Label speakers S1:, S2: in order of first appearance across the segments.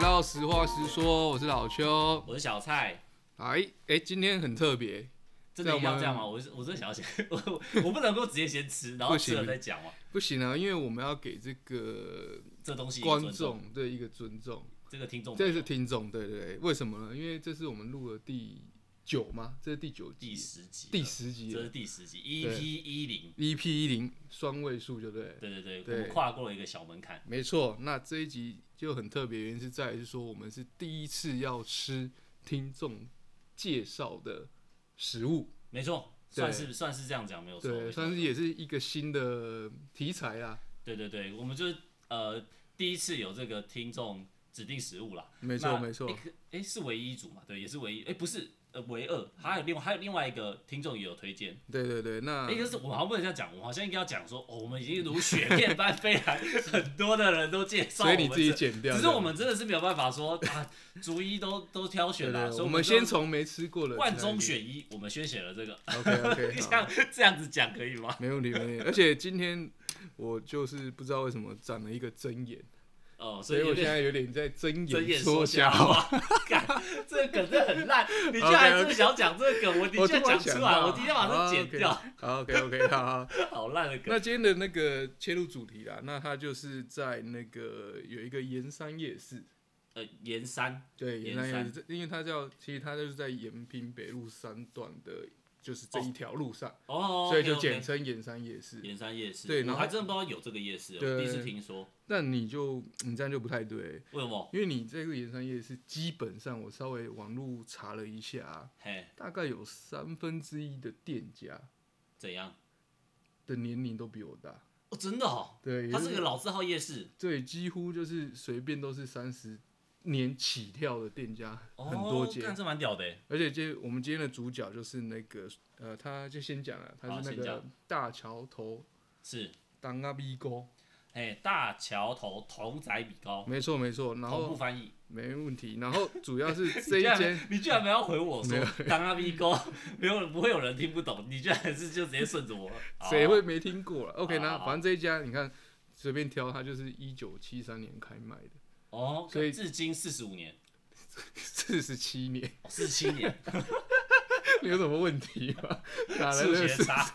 S1: 到实话实说，我是老邱。
S2: 我是小蔡，
S1: 哎哎，今天很特别，
S2: 真的一定要
S1: 在我们
S2: 这样吗？我是我真的想要先， 我我不能够直接先吃，然后
S1: 不行
S2: 吃了再讲嘛。
S1: 不行啊，因为我们要给这个
S2: 这东西一个
S1: 观
S2: 尊重，
S1: 众的一个尊重，
S2: 这个听众朋
S1: 这
S2: 友，
S1: 是听众，对对对，为什么呢？因为这是我们录的第九吗？这是第九
S2: 第
S1: 集，
S2: 十集了，
S1: 第十集
S2: 这
S1: 了
S2: 是第十集，EP 一零，
S1: ，EP 一零双位数，对不对？
S2: 对对对，
S1: 对
S2: 我们跨过了一个小门槛，
S1: 没错，那这一集就很特别，原因是在于是说我们是第一次要吃听众介绍的食物，
S2: 没错，
S1: 对
S2: 算是算是这样讲，没有错，没
S1: 对，
S2: 错
S1: 算是也是一个新的题材啦。
S2: 对对对，我们就是呃第一次有这个听众指定食物啦，
S1: 没错
S2: 那
S1: 没错
S2: 诶，可诶，是唯一一组嘛？对，也是唯一，诶，不是呃唯二，还有另外还有另外一个听众也有推荐，
S1: 对对对，那
S2: 哎、可是我们好像不能这样讲，我们好像应该要讲说，哦，我们已经如雪片般飞来，很多的人都介绍我
S1: 所以
S2: 们这，
S1: 你自己剪掉，
S2: 只是我们真的是没有办法说啊，逐一都都挑
S1: 对
S2: 选
S1: 对
S2: 啦，
S1: 对
S2: 所以
S1: 我
S2: 们
S1: 们
S2: 就
S1: 先从没吃过的
S2: 万中选一，我们先选了这 个，
S1: ，OK
S2: 你
S1: OK，
S2: 像这样子讲可以吗？
S1: 没问题没问题。而且今天我就是不知道为什么长了一个针眼，
S2: 哦，所
S1: 所
S2: 以
S1: 以
S2: 有
S1: 我现
S2: 点
S1: 在有点在睁
S2: 睁眼
S1: 说
S2: 瞎
S1: 话。
S2: 话，干这个梗真的很 烂，你居然还真的想讲这个梗，我 你
S1: 我
S2: 居然
S1: 突然
S2: 讲出
S1: 想
S2: 来，
S1: 到
S2: 我今天把它剪掉，
S1: 好 OK OK，好好。
S2: 好烂的梗。
S1: 那今天的那个切入主题啦，那它就是在那个有一个盐山夜市，
S2: 呃，盐山，
S1: 对，
S2: 盐
S1: 盐山夜市，这因为它叫，其实它就是在延平北路三段的，就是这一条路上，
S2: 哦，
S1: 所以就
S2: OK，OK
S1: 简称盐山夜市。
S2: 盐山夜市，
S1: 对然
S2: 我
S1: 后
S2: 还真的不知道有这个夜市，我
S1: 对
S2: 第一次听说。
S1: 那你就你这样就不太对，
S2: 为什么？
S1: 因为你这个盐山夜市基本上我稍微网络查了一下，
S2: 嘿，
S1: 大概有三分之一的店家
S2: 怎样？
S1: 的年龄都比我大，
S2: 哦，真的哦，
S1: 对，
S2: 它
S1: 也
S2: 是个老字号夜市。
S1: 对，几乎就是随便都是三十年起跳的店家，
S2: 哦，
S1: 很多间。
S2: 干这蛮屌的耶。
S1: 而且今我们今天的主角就是那个，呃，他就先讲了，
S2: 好
S1: 他是那
S2: 先
S1: 个
S2: 讲
S1: 大桥头
S2: 是，
S1: 当阿逼哥，
S2: 嘿，大桥头同仔米糕，
S1: 没错没错，然
S2: 同步
S1: 后
S2: 翻译。
S1: 没问题，然后主要 是
S2: 你
S1: 哦这一
S2: 居然
S1: 间，
S2: 你居然没有回我说当阿咪哥，没有不会有人听不懂，你居然是就直接顺着我。好
S1: 谁会没听过了？OK，
S2: 好
S1: 那
S2: 好
S1: 反正这一家你看随便挑，它就是一九七三年开卖的，
S2: 哦，
S1: 所
S2: 所
S1: 以
S2: 以至今四十五年，哦
S1: 四十七年，
S2: 四七年，
S1: 你有什么问题吗？哪来
S2: 数
S1: 的
S2: 学
S1: 四
S2: 差。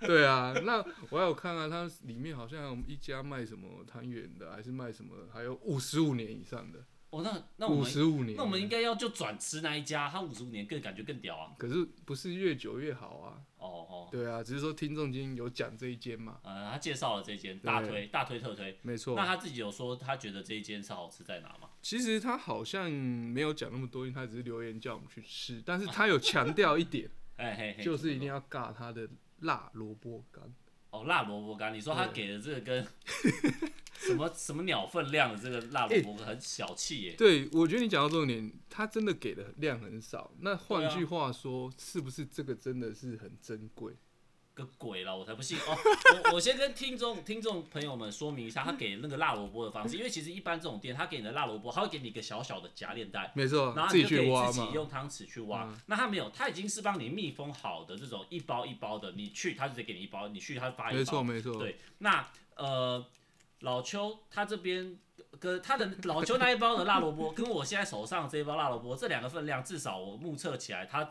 S1: 对啊，那我还有看啊，它里面好像有一家卖什么汤圆的，还是卖什么，还有五十五年以上的，
S2: 哦，那那我
S1: 五
S2: 们
S1: 十五年，
S2: 那我们应该要就转吃那一家，他五十五年更感觉更屌啊。
S1: 可是不是越久越好啊？
S2: 哦哦，
S1: 对啊，只是说听众今天有讲这一间嘛，
S2: 呃，他介绍了这间大
S1: 对
S2: 推大推特推，
S1: 没错
S2: 那。他自己有说他觉得这一间是好吃在哪吗？
S1: 其实他好像没有讲那么多，因为他只是留言叫我们去吃，但是他有强调一点，
S2: 哎嘿嘿，
S1: 就是一定要尬他的辣萝卜干。
S2: 哦辣萝卜干，你说他
S1: 对
S2: 给的这个跟什 么什么鸟分量的这个辣萝卜干很小气耶，
S1: 对，我觉得你讲到重点，他真的给的量很少。那换
S2: 对啊
S1: 句话说，是不是这个真的是很珍贵？
S2: 个鬼了，我才不信哦！我我先跟听众听众朋友们说明一下，他给那个辣萝卜的方式，因为其实一般这种店他给你的辣萝卜，他会给你一个小小的夹链袋。
S1: 没错
S2: 然，后
S1: 嗯自
S2: 你
S1: 己
S2: 就可
S1: 去
S2: 以
S1: 挖
S2: 自己
S1: 嘛。嗯
S2: 用汤匙去挖，那他没有，他已经是帮你密封好的这种一包一包的，你去他就得给你一包，你去他发一包，
S1: 没错，没错。
S2: 对，那呃，老邱他这边跟他的老邱那一包的辣萝卜，跟我现在手上这一包辣萝卜，这两个分量至少我目测起来，他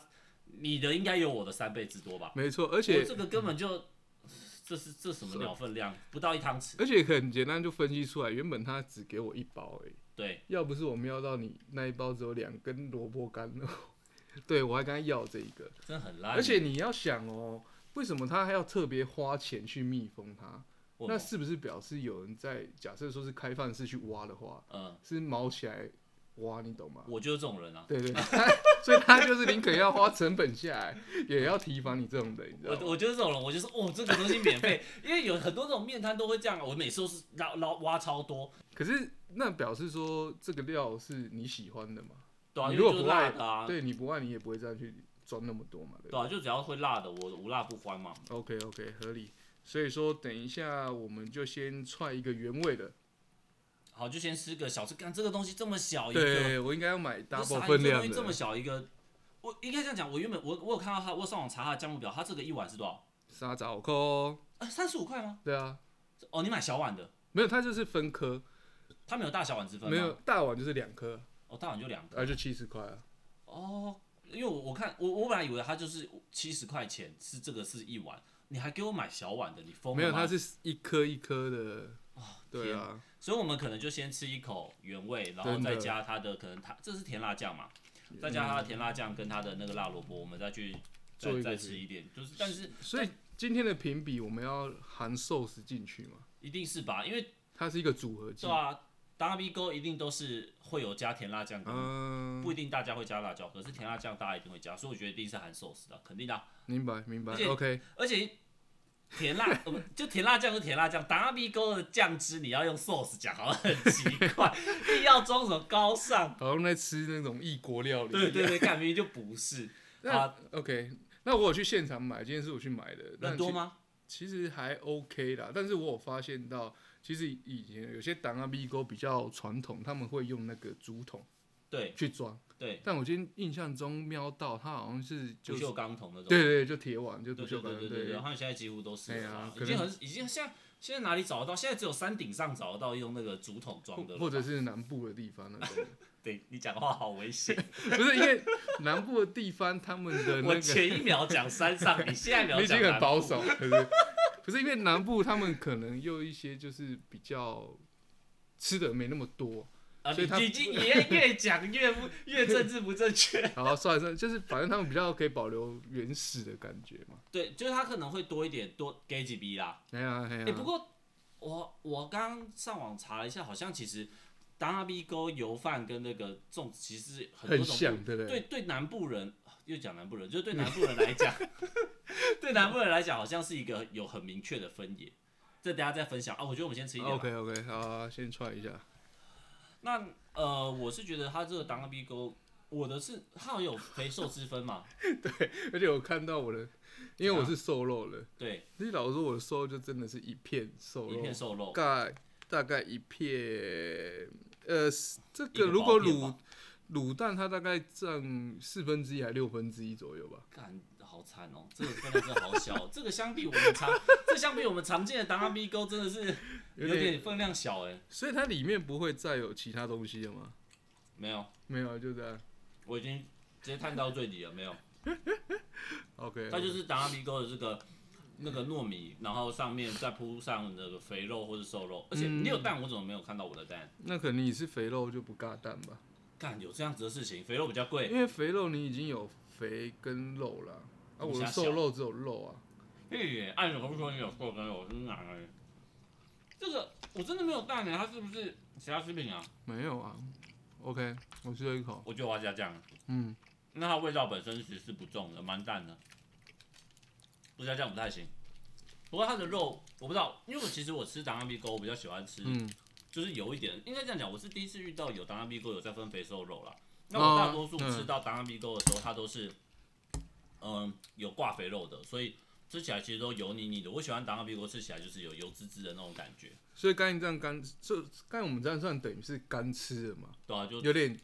S2: 你的应该有我的三倍之多吧？
S1: 没错，而
S2: 我
S1: 且啊
S2: 这个根本就这是这什么鸟分量，不到一汤匙。
S1: 而且很简单就分析出来，原本他只给我一包而已。
S2: 对，
S1: 要不是我瞄到你那一包只有两根萝卜干， 对我还跟他要这一个。
S2: 真的很烂。
S1: 而且你要想哦，为什么他还要特别花钱去密封它？
S2: 我
S1: 那是不是表示有人在假设说是开放式去挖的话，
S2: 嗯，
S1: 是毛起来挖，你懂吗？
S2: 我就是这种人啊。
S1: 对 对，对他所以他就是宁可要花成本下来，也要提防你这种人，你知
S2: 我
S1: 道吗？
S2: 我就是这种人，我就是哦，这个东西免 费，因为有很多这种面摊都会这样啊。我每次都是捞捞挖超多，
S1: 可是那表示说这个料是你喜欢的嘛？
S2: 对啊，
S1: 你
S2: 因
S1: 如
S2: 为
S1: 果
S2: 就是
S1: 不爱
S2: 辣的啊，
S1: 对你不爱你也不会这样去装那么多嘛，对吧
S2: 对啊，就只要会辣的，我无辣不欢嘛。
S1: ？OK OK，合理。所以说，等一下我们就先踹一个原味的。
S2: 哦好，就先吃个小吃。干这个东西这么小一个，
S1: 对我应该要买
S2: 我
S1: double
S2: 傻眼
S1: 分
S2: 这
S1: 量
S2: 东西这么
S1: 的，
S2: 小一个，我应该这样讲。我原本我我有看到他，我上网查他的价目表，他这个一碗是多少？
S1: 沙枣扣。哦
S2: 啊，三十五块吗？
S1: 对啊，
S2: 哦，你买小碗的
S1: 没有，它就是分科。
S2: 它没有大小碗之分吗？
S1: 没有大碗就是两颗，
S2: 哦，大碗就两个。
S1: 啊就七十块啊。
S2: 哦，因为我我看我我本来以为它就是七十块钱是这个是一碗，你还给我买小碗的，你疯了吗？
S1: 没有，它是一颗一颗的。
S2: 哦
S1: 对啊，
S2: 所以我们可能就先吃一口原味，然后
S1: 真的
S2: 再加它的可能它这是甜辣酱嘛，再加它的甜辣酱跟它的那个辣萝卜，我们再去
S1: 做
S2: 再
S1: 一个
S2: 再
S1: 是
S2: 吃一点，就是但是
S1: 所以今天的评比我们要含寿司进去嘛？
S2: 一定是
S1: 嗯
S2: 吧，因为
S1: 它是一个组合技
S2: 对。啊，达比沟一定都是会有加甜辣酱跟。
S1: 嗯，
S2: 不一定大家会加辣椒，可是甜辣酱大家一定会加，所以我觉得一定是含寿司的，肯定的啊。
S1: 明白明白
S2: 而且。
S1: OK，
S2: 而且甜 辣，呃不就甜辣酱是甜辣酱，达比沟的酱汁你要用 sauce 讲，好像很奇 怪，硬要装什么高尚。
S1: 好像在吃那种异国料理。
S2: 对对对，干明明就不是。啊
S1: 那 OK，那我有去现场买，今天是我去买的。
S2: 人
S1: 但其
S2: 多吗？
S1: 其实还 OK 啦，但是我有发现到，其实以前有些档阿 B 沟比较传统，他们会用那个竹筒
S2: 对
S1: 去装。
S2: 对，
S1: 但我今天印象中瞄到，它好像是就
S2: 不
S1: 是
S2: 锈钢桶那种。
S1: 对对，对就铁碗，就不
S2: 哦对
S1: 锈
S2: 对
S1: 钢
S2: 对对对对，然后现在几乎都是
S1: 哎
S2: 了
S1: 呀
S2: 啦，
S1: 可
S2: 已
S1: 能
S2: 经很已经现在现在哪里找得到？现在只有山顶上找得到用那个竹筒装的
S1: 或
S2: 了吧，
S1: 或者是南部的地方那 种，
S2: 对你讲话好危险，
S1: 不是因为南部的地方他们的 那
S2: 我
S1: 个，
S2: 前一秒讲山上，你现在秒
S1: 你已
S2: 讲
S1: 经很
S2: 南
S1: 保
S2: 部
S1: 守，可是可是因为南部他们可能又一些就是比较吃的没那么多，
S2: 啊，
S1: 所以他
S2: 你已经越越讲越不越政治不正确。
S1: 好，算了算了，就是反正他们比较可以保留原始的感觉嘛。
S2: 对，就是他可能会多一点，多给几笔啦。
S1: 哎呀哎呀，
S2: 哎、不过我我刚上网查了一下，好像其实达拉比沟油饭跟那个粽子其实很多
S1: 很
S2: 种不
S1: 像，对不
S2: 对对南部人又讲南部人，就是对南部人来 讲，对南部人来讲好像是一个有很明确的分野。这等一下再分享啊，我觉得我们先吃一点吧。
S1: OK OK，好、啊，先踹一下。
S2: 那呃，我是觉得他这个达拉比沟，我的是他好像有肥瘦之分嘛，
S1: 而且我看到我的，因为我是瘦肉的，
S2: 对，
S1: 其实老实说我的瘦肉就真的是一片瘦
S2: 一
S1: 肉，
S2: 片瘦肉，
S1: 大概大概一片，呃，这
S2: 一个
S1: 个如果
S2: 薄片
S1: 卤
S2: 吧
S1: 卤蛋它大概占四分之一还六分之一左右吧。
S2: 干，好惨哦！这个分量真的好小，哦这个相比我们常，这相比我们常见的达拉比沟真的是有点分量小哎。
S1: 所以它里面不会再有其他东西了吗？
S2: 没有，
S1: 没有，就这样。
S2: 我已经直接探到最底了，没有。
S1: OK，
S2: 它就是达拉比沟的这个那个糯米，然后上面再铺上那个肥肉或是瘦肉，而且你有蛋，我怎么没有看到我的蛋？
S1: 那可能你是肥肉就不尬蛋吧。
S2: 干，有这样子的事情，肥肉比较贵，
S1: 因为肥肉你已经有肥跟肉了，啊，
S2: 你
S1: 我的
S2: 瞎
S1: 瘦
S2: 想
S1: 肉只有肉啊，
S2: 哎，按理不说你有瘦跟肉，我是哪来的？这个我真的没有蛋呢，它是不是其他食品啊？
S1: 没有啊。OK，我吃了一口，
S2: 我觉得我要加酱了。
S1: 嗯，
S2: 那它味道本身其实是不重的，蛮淡的，不加酱不太行。不过它的肉我不知道，因为我其实我吃达拉比沟，我比较喜欢吃，
S1: 嗯
S2: 就是有一点，应该这样讲，我是第一次遇到有达拉比沟有在分肥瘦肉啦。那我大多数
S1: 哦嗯
S2: 吃到达拉比沟的时候，它都是，嗯，有挂肥肉的，所以吃起来其实都油腻腻的。我喜欢达拉比沟吃起来就是有油滋滋的那种感觉，
S1: 所以刚才这样干，就刚才我们这样算等于是干吃了嘛，
S2: 对啊，就
S1: 有点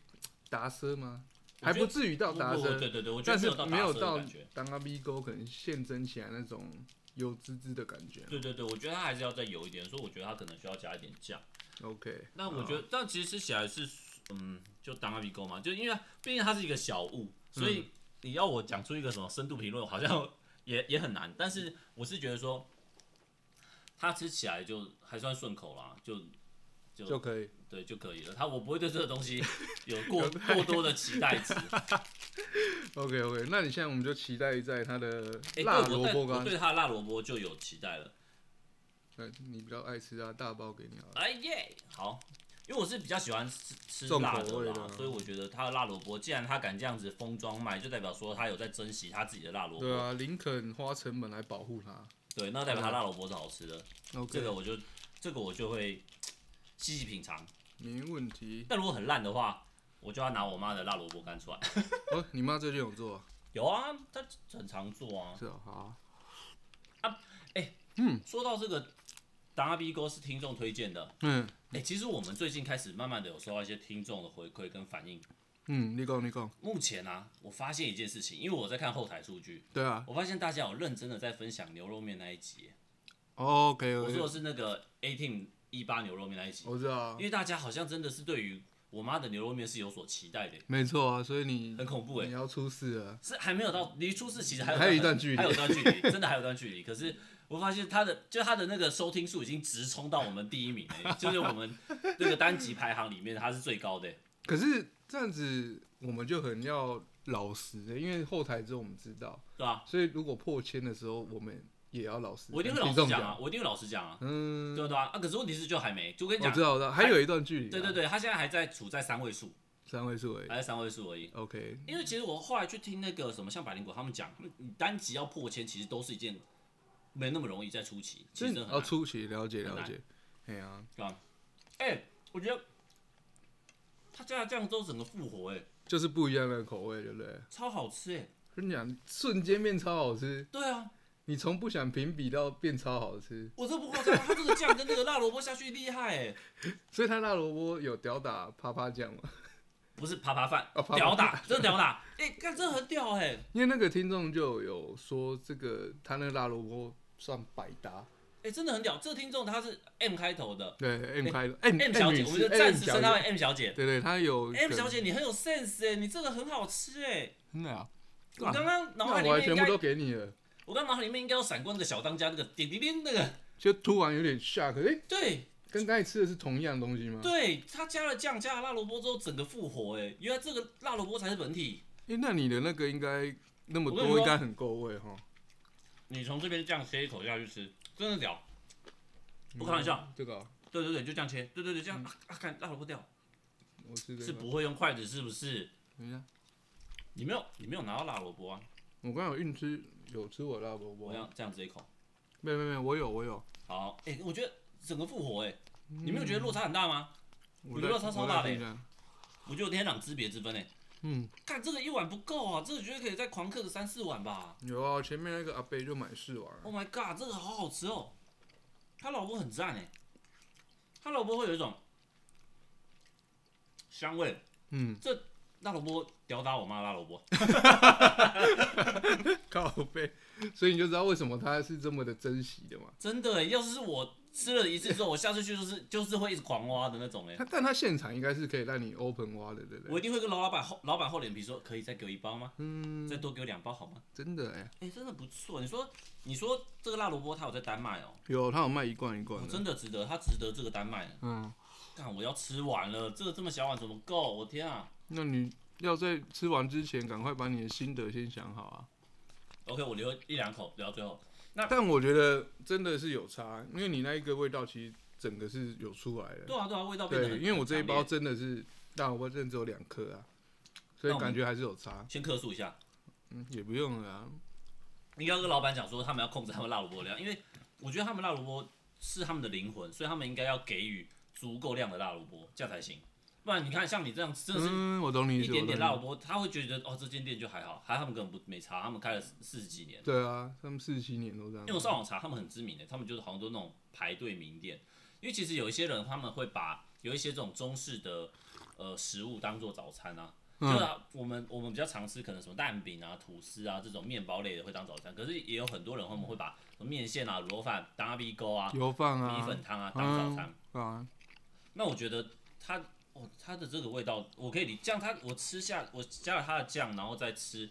S1: 达奢吗？还不至于到达
S2: 不不
S1: 奢，
S2: 对对对，我觉
S1: 但
S2: 得没
S1: 是
S2: 有到达
S1: 没有
S2: 舌的
S1: 到
S2: 感觉。
S1: 当阿 B 沟可能现蒸起来那种油滋滋的感觉。
S2: 对对对，我觉得它还是要再油一点，所以我觉得它可能需要加一点酱。
S1: OK，
S2: 那我
S1: 嗯
S2: 觉得，但其实吃起来是，嗯，就当阿鼻沟嘛，就因为毕竟它是一个小物，
S1: 嗯
S2: 所以你要我讲出一个什么深度评论，好像也也很难。但是我是觉得说，它吃起来就还算顺口啦，就
S1: 好就可以。
S2: 对就可以了。它我不会对这个东西有 过过多的期待值。
S1: OK OK，那你现在我们就期待在它的
S2: 哎、
S1: 辣
S2: 对
S1: 萝
S2: 我对
S1: 卜
S2: 我
S1: 干，
S2: 对它的辣萝卜就有期待了。
S1: 呃，你比较爱吃啊，大包给你好了。
S2: 哎耶，好，因为我是比较喜欢吃吃
S1: 重
S2: 辣
S1: 口
S2: 的
S1: 味
S2: 啦，
S1: 的啊
S2: 所以我觉得他的辣萝卜，既然他敢这样子封装卖，就代表说他有在珍惜他自己的辣萝卜。
S1: 对啊，林肯花成本来保护它。
S2: 对，那代表他辣萝卜是好吃的，
S1: OK，
S2: 这个我就这个我就会细细品尝。
S1: 没问题。
S2: 但如果很烂的话，我就要拿我妈的辣萝卜干出来。
S1: 哦，你妈最近有做啊？
S2: 有啊，她很常做啊。
S1: 是啊，好啊。
S2: 说到这个，达拉比沟是听众推荐的。
S1: 嗯
S2: 哎、其实我们最近开始慢慢的有收到一些听众的回馈跟反应。
S1: 嗯，你讲你讲。
S2: 目前啊，我发现一件事情，因为我在看后台数据，
S1: 对啊。
S2: 我发现大家有认真的在分享牛肉面那一集耶。
S1: OK
S2: 我说
S1: OK。
S2: 的是那个 A Team 一八牛肉面那一集，
S1: 我知道啊
S2: 因，为大家好像真的是对于我妈的牛肉面是有所期待的，
S1: 没错啊，所以你
S2: 很恐怖哎
S1: 你。要出事了，
S2: 是还没有到离初四，其实还有
S1: 还有一段距离
S2: 还有一段距离，真的还有一段距离。可是我发现他的，就他的那个收听数已经直冲到我们第一名了耶，就是我们这个单集排行里面他是最高的耶。
S1: 可是这样子我们就很要老实的，因为后台之后我们知道，
S2: 对吧？
S1: 所以如果破千的时候，我们也要老实跟
S2: 我一定会老
S1: 听
S2: 实
S1: 众
S2: 讲
S1: 讲。
S2: 啊，我一定会老实讲啊，
S1: 嗯，
S2: 对啊对啊。啊，可是问题是就还没，就跟你
S1: 我
S2: 讲
S1: 知，道，我知道，还有一段距离啊，
S2: 对对哎对，他现在还在处在三位数，
S1: 三位数而已
S2: 还。在三位数而已。
S1: OK，
S2: 因为其实我后来去听那个什么，像百灵果他们讲，他们你单集要破千，其实都是一件没那么容易在初期，其实真的很
S1: 要
S2: 难。
S1: 出奇哦了解
S2: 很
S1: 了
S2: 难
S1: 解，哎呀，
S2: 哎、我觉得他家的酱粥整个复活、哎，
S1: 就是不一样的口味，对不对？
S2: 超好吃、哎，
S1: 跟你讲，瞬间变超好吃，
S2: 对啊，
S1: 你从不想评比到变超好吃，
S2: 我这不夸张，他这个酱跟那个辣萝卜下去厉害、哎，
S1: 所以他辣萝卜有屌打啪啪酱嘛？
S2: 不是爬爬饭
S1: 哦，啪啪
S2: 屌打，真的屌打，哎、看这很屌、哎，
S1: 因为那个听众就有说，这个他那个辣萝卜算百搭，
S2: 哎，真的很屌，这个听众他是 M 开头的
S1: 对 M 开头嗯 M
S2: 哎 M 小姐，
S1: 哎女
S2: 我们就
S1: 士
S2: 暂
S1: M
S2: 时
S1: 小
S2: 称她为
S1: 姐，
S2: M 小姐。
S1: 对对，他有
S2: M
S1: 可
S2: 小姐，你很有 sense 哎、你这个很好吃哎、
S1: 真的啊，
S2: 我刚刚脑
S1: 那
S2: 海里
S1: 我还
S2: 面应
S1: 全
S2: 该
S1: 部都给你了，
S2: 我刚脑海里面应该有闪过那个小当家那个点点点那个，
S1: 就突然有点吓，可是诶
S2: 对
S1: 跟刚才吃的是同样东西吗？
S2: 对，他加了酱加了辣萝卜之后整个复活哎，原来这个辣萝卜才是本体。
S1: 哎，那你的那个应该那么
S2: 我跟你说
S1: 多，应该很够味哈。
S2: 你从这边这样切一口下去吃，真的屌！我开玩笑
S1: 嗯，这个啊
S2: 对对对，就这样切，对对对，这样、啊啊，看辣萝卜掉，
S1: 我吃这
S2: 是
S1: 个。
S2: 不会用筷子是不是？
S1: 等一下，
S2: 你没有你没有拿到辣萝卜啊？
S1: 我刚刚有硬吃，有吃我的辣萝卜
S2: 我。要这样子一口，
S1: 没有没有没有，我有我有。
S2: 好，哎、我觉得整个复活哎，你没有觉得落差很大吗？
S1: 我
S2: 你
S1: 在
S2: 肉超超大的
S1: 嗯我在
S2: 欸
S1: 听一下
S2: 我觉得天壤之别之分哎，
S1: 嗯，
S2: 看这个一碗不够啊，这个绝对可以再狂嗑个三四碗吧。
S1: 有啊，前面那个阿贝就买试玩。
S2: Oh my god，这个好好吃哦！他老婆很赞哎，他老婆会有一种香味，
S1: 嗯，
S2: 辣萝卜屌打我妈的辣萝卜，
S1: 靠背，所以你就知道为什么他是这么的珍惜的嘛。
S2: 真的哎！要是我吃了一次之后，我下次去就是就是会一直狂挖的那种哎
S1: 他，但他现场应该是可以让你 open 挖的，对不
S2: 我
S1: 对？
S2: 一定会跟老老板厚老板厚脸皮说，可以再给我一包吗？
S1: 嗯，
S2: 再多给我两包好吗？
S1: 真的哎、
S2: 哎，真的不错。你说你说这个辣萝卜它有在丹麦哦，
S1: 有他有卖一罐一
S2: 我
S1: 罐的。
S2: 真的值得，它值得这个丹麦。
S1: 嗯，
S2: 看我要吃完了，这个这么小碗怎么够？我天啊！
S1: 那你要在吃完之前赶快把你的心得先想好啊。
S2: OK，我留一两口，留到最后。
S1: 但我觉得真的是有差，因为你那一个味道其实整个是有出来的。
S2: 对啊，对啊，味道变得
S1: 对，
S2: 很
S1: 因为我这一
S2: 很强烈
S1: 包真的是大萝卜，真的只有两颗啊，所以感觉还是有差。
S2: 先客诉一下，
S1: 嗯，也不用了啊。
S2: 应该要跟老板讲说他们要控制他们辣萝卜的量，因为我觉得他们辣萝卜是他们的灵魂，所以他们应该要给予足够量的辣萝卜，这样才行。不然你看像你这样真的是
S1: 嗯，我懂你意
S2: 一
S1: 思。
S2: 点点
S1: 我
S2: 辣
S1: 懂
S2: 萝卜，他会觉得哦这间店就还好，还他们根本不没差，他们开了四十几年
S1: 你。。对啊，他们四七年都这
S2: 因
S1: 样
S2: 为。我上网查，他们很知名的，他们就是好像都那种排队名店。因为其实有一些人他们会把有一些这种中式的呃食物当做早餐啊，就
S1: 嗯
S2: 啊我们我们比较常吃可能什么蛋饼啊、吐司啊这种面包类的会当早餐，可是也有很多人他们会把什么面线啊、卤肉饭、当阿 B 勾啊、
S1: 油饭啊，
S2: 米粉汤啊当早餐。
S1: 啊，
S2: 那我觉得它哦，它的这个味道我可以理，这样它我吃下我加了它的酱，然后再吃，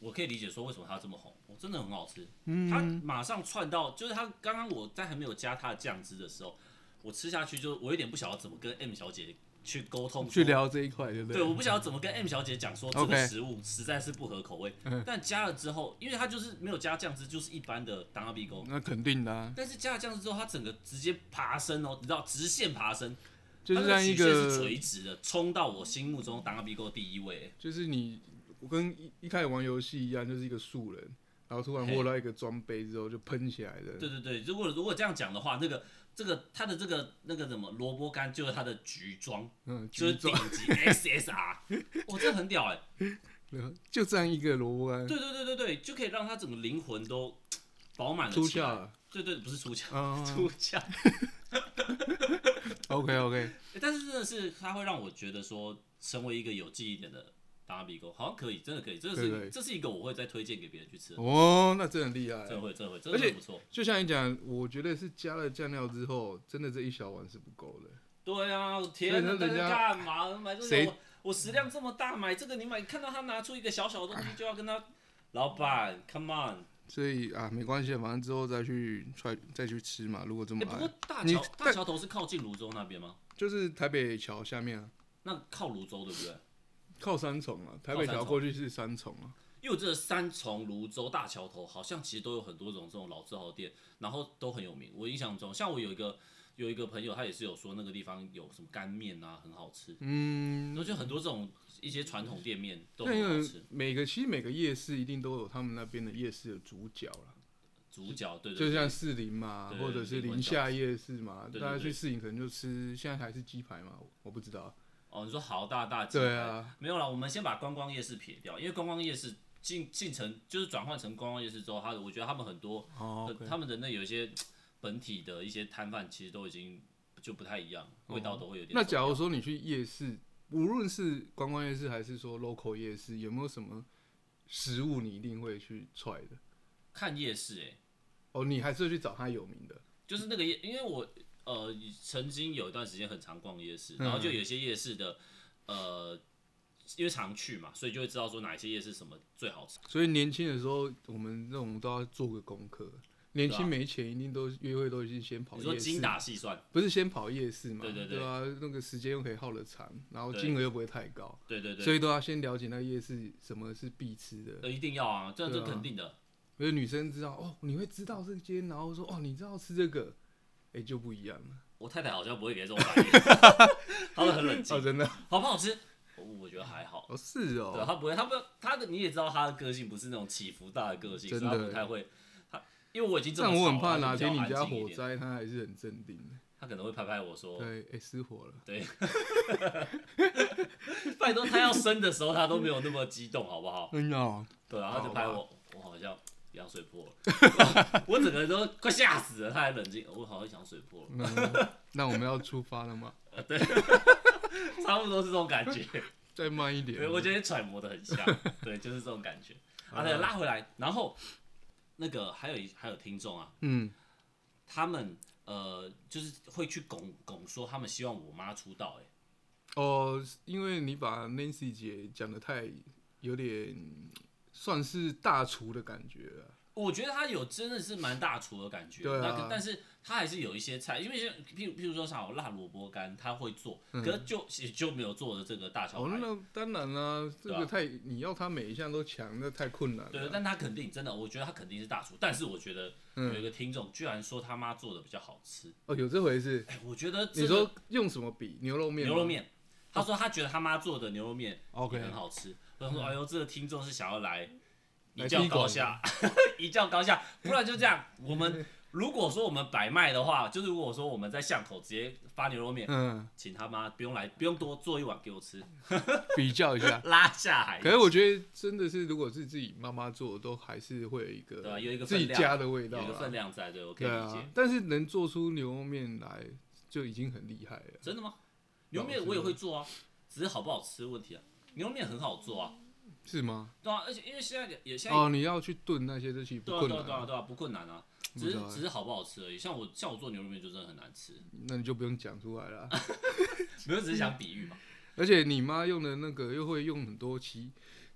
S2: 我可以理解说为什么它这么红，我真的很好吃。
S1: 嗯
S2: 它马上窜到，就是它刚刚我在还没有加它的酱汁的时候，我吃下去就我有点不晓得怎么跟 M 小姐去沟通
S1: 去
S2: 说。
S1: 聊这一块，对不
S2: 对，我不晓得怎么跟 M 小姐讲说这个
S1: OK 嗯
S2: 食物实在是不合口味但加了之后，因为它就是没有加酱汁，就是一般的当阿 B 勾，
S1: 那肯定的啊，
S2: 但是加了酱汁之后，它整个直接爬升哦，你知道直线爬升，
S1: 就是让一
S2: 它那曲线是
S1: 个，
S2: 垂直的，冲到我心目中当个 B 哥第一位。
S1: 就是你，我跟一一开始玩游戏一样，就是一个素人，然后突然
S2: 嘿
S1: 获到一个装备之后就喷起来的。
S2: 对对对，如果如果这样讲的话，那个这个它的这个那个什么萝卜干就是它的橘装，
S1: 嗯，
S2: 就是
S1: 橘
S2: 顶
S1: 装，
S2: 级 XSR，哇， 这很屌哎、
S1: 就这样一个萝卜干
S2: 对对对对对，就可以让它整个灵魂都饱满了
S1: 出
S2: 起
S1: 鞘
S2: 来。
S1: 了。
S2: 对对，不是出鞘，
S1: 嗯
S2: 出鞘。
S1: ，OK OK，
S2: 但是真的是它会让我觉得说，成为一个有记忆点的达拉比沟好像可以，真的可以，这个
S1: 对对
S2: 是这是一个我会再推荐给别人去吃的，
S1: 哦，那真的很厉害
S2: 这。会这会，这
S1: 而且
S2: 不错。
S1: 就像你讲，我觉得是加了酱料之后，真的这一小碗是不够的。
S2: 对啊，
S1: 所以
S2: 天
S1: 那
S2: 哪，大
S1: 人
S2: 家
S1: 家
S2: 干嘛买这
S1: 谁
S2: 个？我我食量这么大，买这个你买，看到他拿出一个小小的东
S1: 哎
S2: 西就要跟他，老板，come on！
S1: 所以啊，没关系，反正之后再去 try 再去吃嘛。如果这
S2: 哎、
S1: 么
S2: 不过
S1: 爱，
S2: 大
S1: 你
S2: 桥大桥头是靠近泸州那边吗？
S1: 就是台北桥下面啊，
S2: 那靠泸州对不对？
S1: 靠三重啊，台北
S2: 靠三
S1: 桥
S2: 重
S1: 过去是三重啊。
S2: 因为我记得三重、泸州、大桥头好像其实都有很多种这种老字号店，然后都很有名。我印象中，像我有一个有一个朋友，他也是有说那个地方有什么干面啊，很好吃。
S1: 嗯
S2: 然，后就很多这种一些传统店面都
S1: 那
S2: 很好
S1: 个
S2: 吃。
S1: 每个其实每个夜市一定都有他们那边的夜市的主角啦，
S2: 主角对对
S1: 就
S2: 对，
S1: 像士林嘛，
S2: 对
S1: 或者是宁夏夜市嘛，
S2: 对对对
S1: 大家去士林可能就吃，现在还是鸡排嘛，我不知道。
S2: 哦，你说豪大大集团
S1: 对，啊，
S2: 没有啦，我们先把观光夜市撇掉，因为观光夜市进进城就是转换成观光夜市之后，他我觉得他们很多、
S1: 哦
S2: 呃，他们的那有一些本体的一些摊贩其实都已经就不太一样，味道都会有点走掉。
S1: 哦那假如说你去夜市，无论是观光夜市还是说 local 夜市，有没有什么食物你一定会去踹的？
S2: 看夜市、欸，
S1: 哦，你还是会去找它有名的。
S2: 就是那个夜，因为我呃曾经有一段时间很常逛夜市，然后
S1: 嗯
S2: 就有一些夜市的呃。因为常去嘛，所以就会知道说哪一些夜市什么最好吃。
S1: 所以年轻的时候，我们这种都要做个功课。年
S2: 对
S1: 轻
S2: 啊
S1: 没钱，一定都约会都已经先跑
S2: 你说
S1: 夜市
S2: 精，打细算，
S1: 不是先跑夜市嘛？
S2: 对对对
S1: 啊，那个时间又可以耗得长，然后
S2: 对
S1: 金额又不会太高，
S2: 对对
S1: 所
S2: 对，
S1: 以都要先了解那个夜市什么是必吃的。
S2: 呃，一定要啊，这
S1: 对
S2: 这
S1: 啊
S2: 肯定的。
S1: 所以女生知道哦，你会知道这间，然后说哦，你知道吃这个，哎、就不一样了。
S2: 我太太好像不会给这种反应， 她会很冷
S1: 哦，
S2: 静。
S1: 真的
S2: 好不好吃？我觉得还好。
S1: 哦，是哦，
S2: 对，她啊不会，她不，她的你也知道她的个性不是那种起伏大的个性，所
S1: 真
S2: 以
S1: 的
S2: 她不太会。她因为我已经这么
S1: 但我很
S2: 吵
S1: 怕
S2: 了
S1: 哪天你
S2: 她就比较
S1: 家
S2: 安静一
S1: 火
S2: 点
S1: 灾，他还是很镇定的。
S2: 她可能会拍拍我说，
S1: 对，哎、失火了。
S2: 拜托她要生的时候她都没有那么激动，好不好？
S1: 哎呀，
S2: 对啊，她就
S1: 好吧
S2: 拍我，我好像羊水破了， 我整个人都快吓死了，她还冷静，我好像羊水破了，
S1: 那嗯那我们要出发了吗？
S2: 差不多是这种感觉。
S1: 再慢一点。
S2: 对，我觉得揣摩的很像，对，就是这种感 觉。啊，对，
S1: 嗯
S2: 拉回来，然后那个还有一还有听众啊，
S1: 嗯，
S2: 他们呃就是会去拱拱说他们希望我妈出道、欸，
S1: 哦，因为你把 Nancy 姐讲的太有点算是大厨的感觉了。
S2: 我觉得她有真的是蛮大厨的感觉，
S1: 对啊
S2: 那个但是她还是有一些菜，因为像譬如譬如说像有辣萝卜干，她会做，可是就也就没有做的这个大小
S1: 嗯哦，
S2: 排。
S1: 那当然啦、这
S2: 对啊
S1: 个太你要她每一项都强，那太困难
S2: 对，
S1: 了。
S2: 但她肯定真的，我觉得她肯定是大厨，但是我觉得
S1: 嗯
S2: 有一个听众居然说他妈做的比较好吃，
S1: 哦，有这回事。
S2: 哎、我觉得、这个、
S1: 你说用什么比牛肉面？哦
S2: 牛肉。面。他说他觉得他妈做的牛肉面
S1: OK 嗯
S2: 也很好吃。我想说，哎呦，这个听众是想要来一
S1: 来
S2: 较
S1: 踢馆
S2: 高下， 一较高下。不然就这样，我们如果说我们摆卖的话，就是如果说我们在巷口直接发牛肉面，
S1: 嗯，
S2: 请他妈不用来，不用多做一碗给我吃，。
S1: 比较一下
S2: 拉下海。
S1: 可是我觉得真的是，如果是自己妈妈做，都还是会有一个
S2: 对啊有一个
S1: 自己
S2: 分量
S1: 家的味道
S2: 有一个分
S1: 啦。
S2: 量在，对我可以
S1: 对
S2: 理解
S1: 啊。，但是能做出牛肉面来就已经很厉害了。
S2: 真的吗？牛肉面我也会做啊，只是好不好吃的问题啊。牛肉面很好做啊，
S1: 是吗？
S2: 对啊，而且因为现在也现在
S1: 哦，你要去炖那些东西不
S2: 对啊
S1: 困
S2: 对啊
S1: 难
S2: 对啊对啊，不困难啊，
S1: 不
S2: 只
S1: 知
S2: 是
S1: 道欸
S2: 只是好不好吃而已。像我像我做牛肉面就真的很难吃，
S1: 那你就不用讲出来了。
S2: 没有只是想比喻嘛。
S1: 而且你妈用的那个又会用很多奇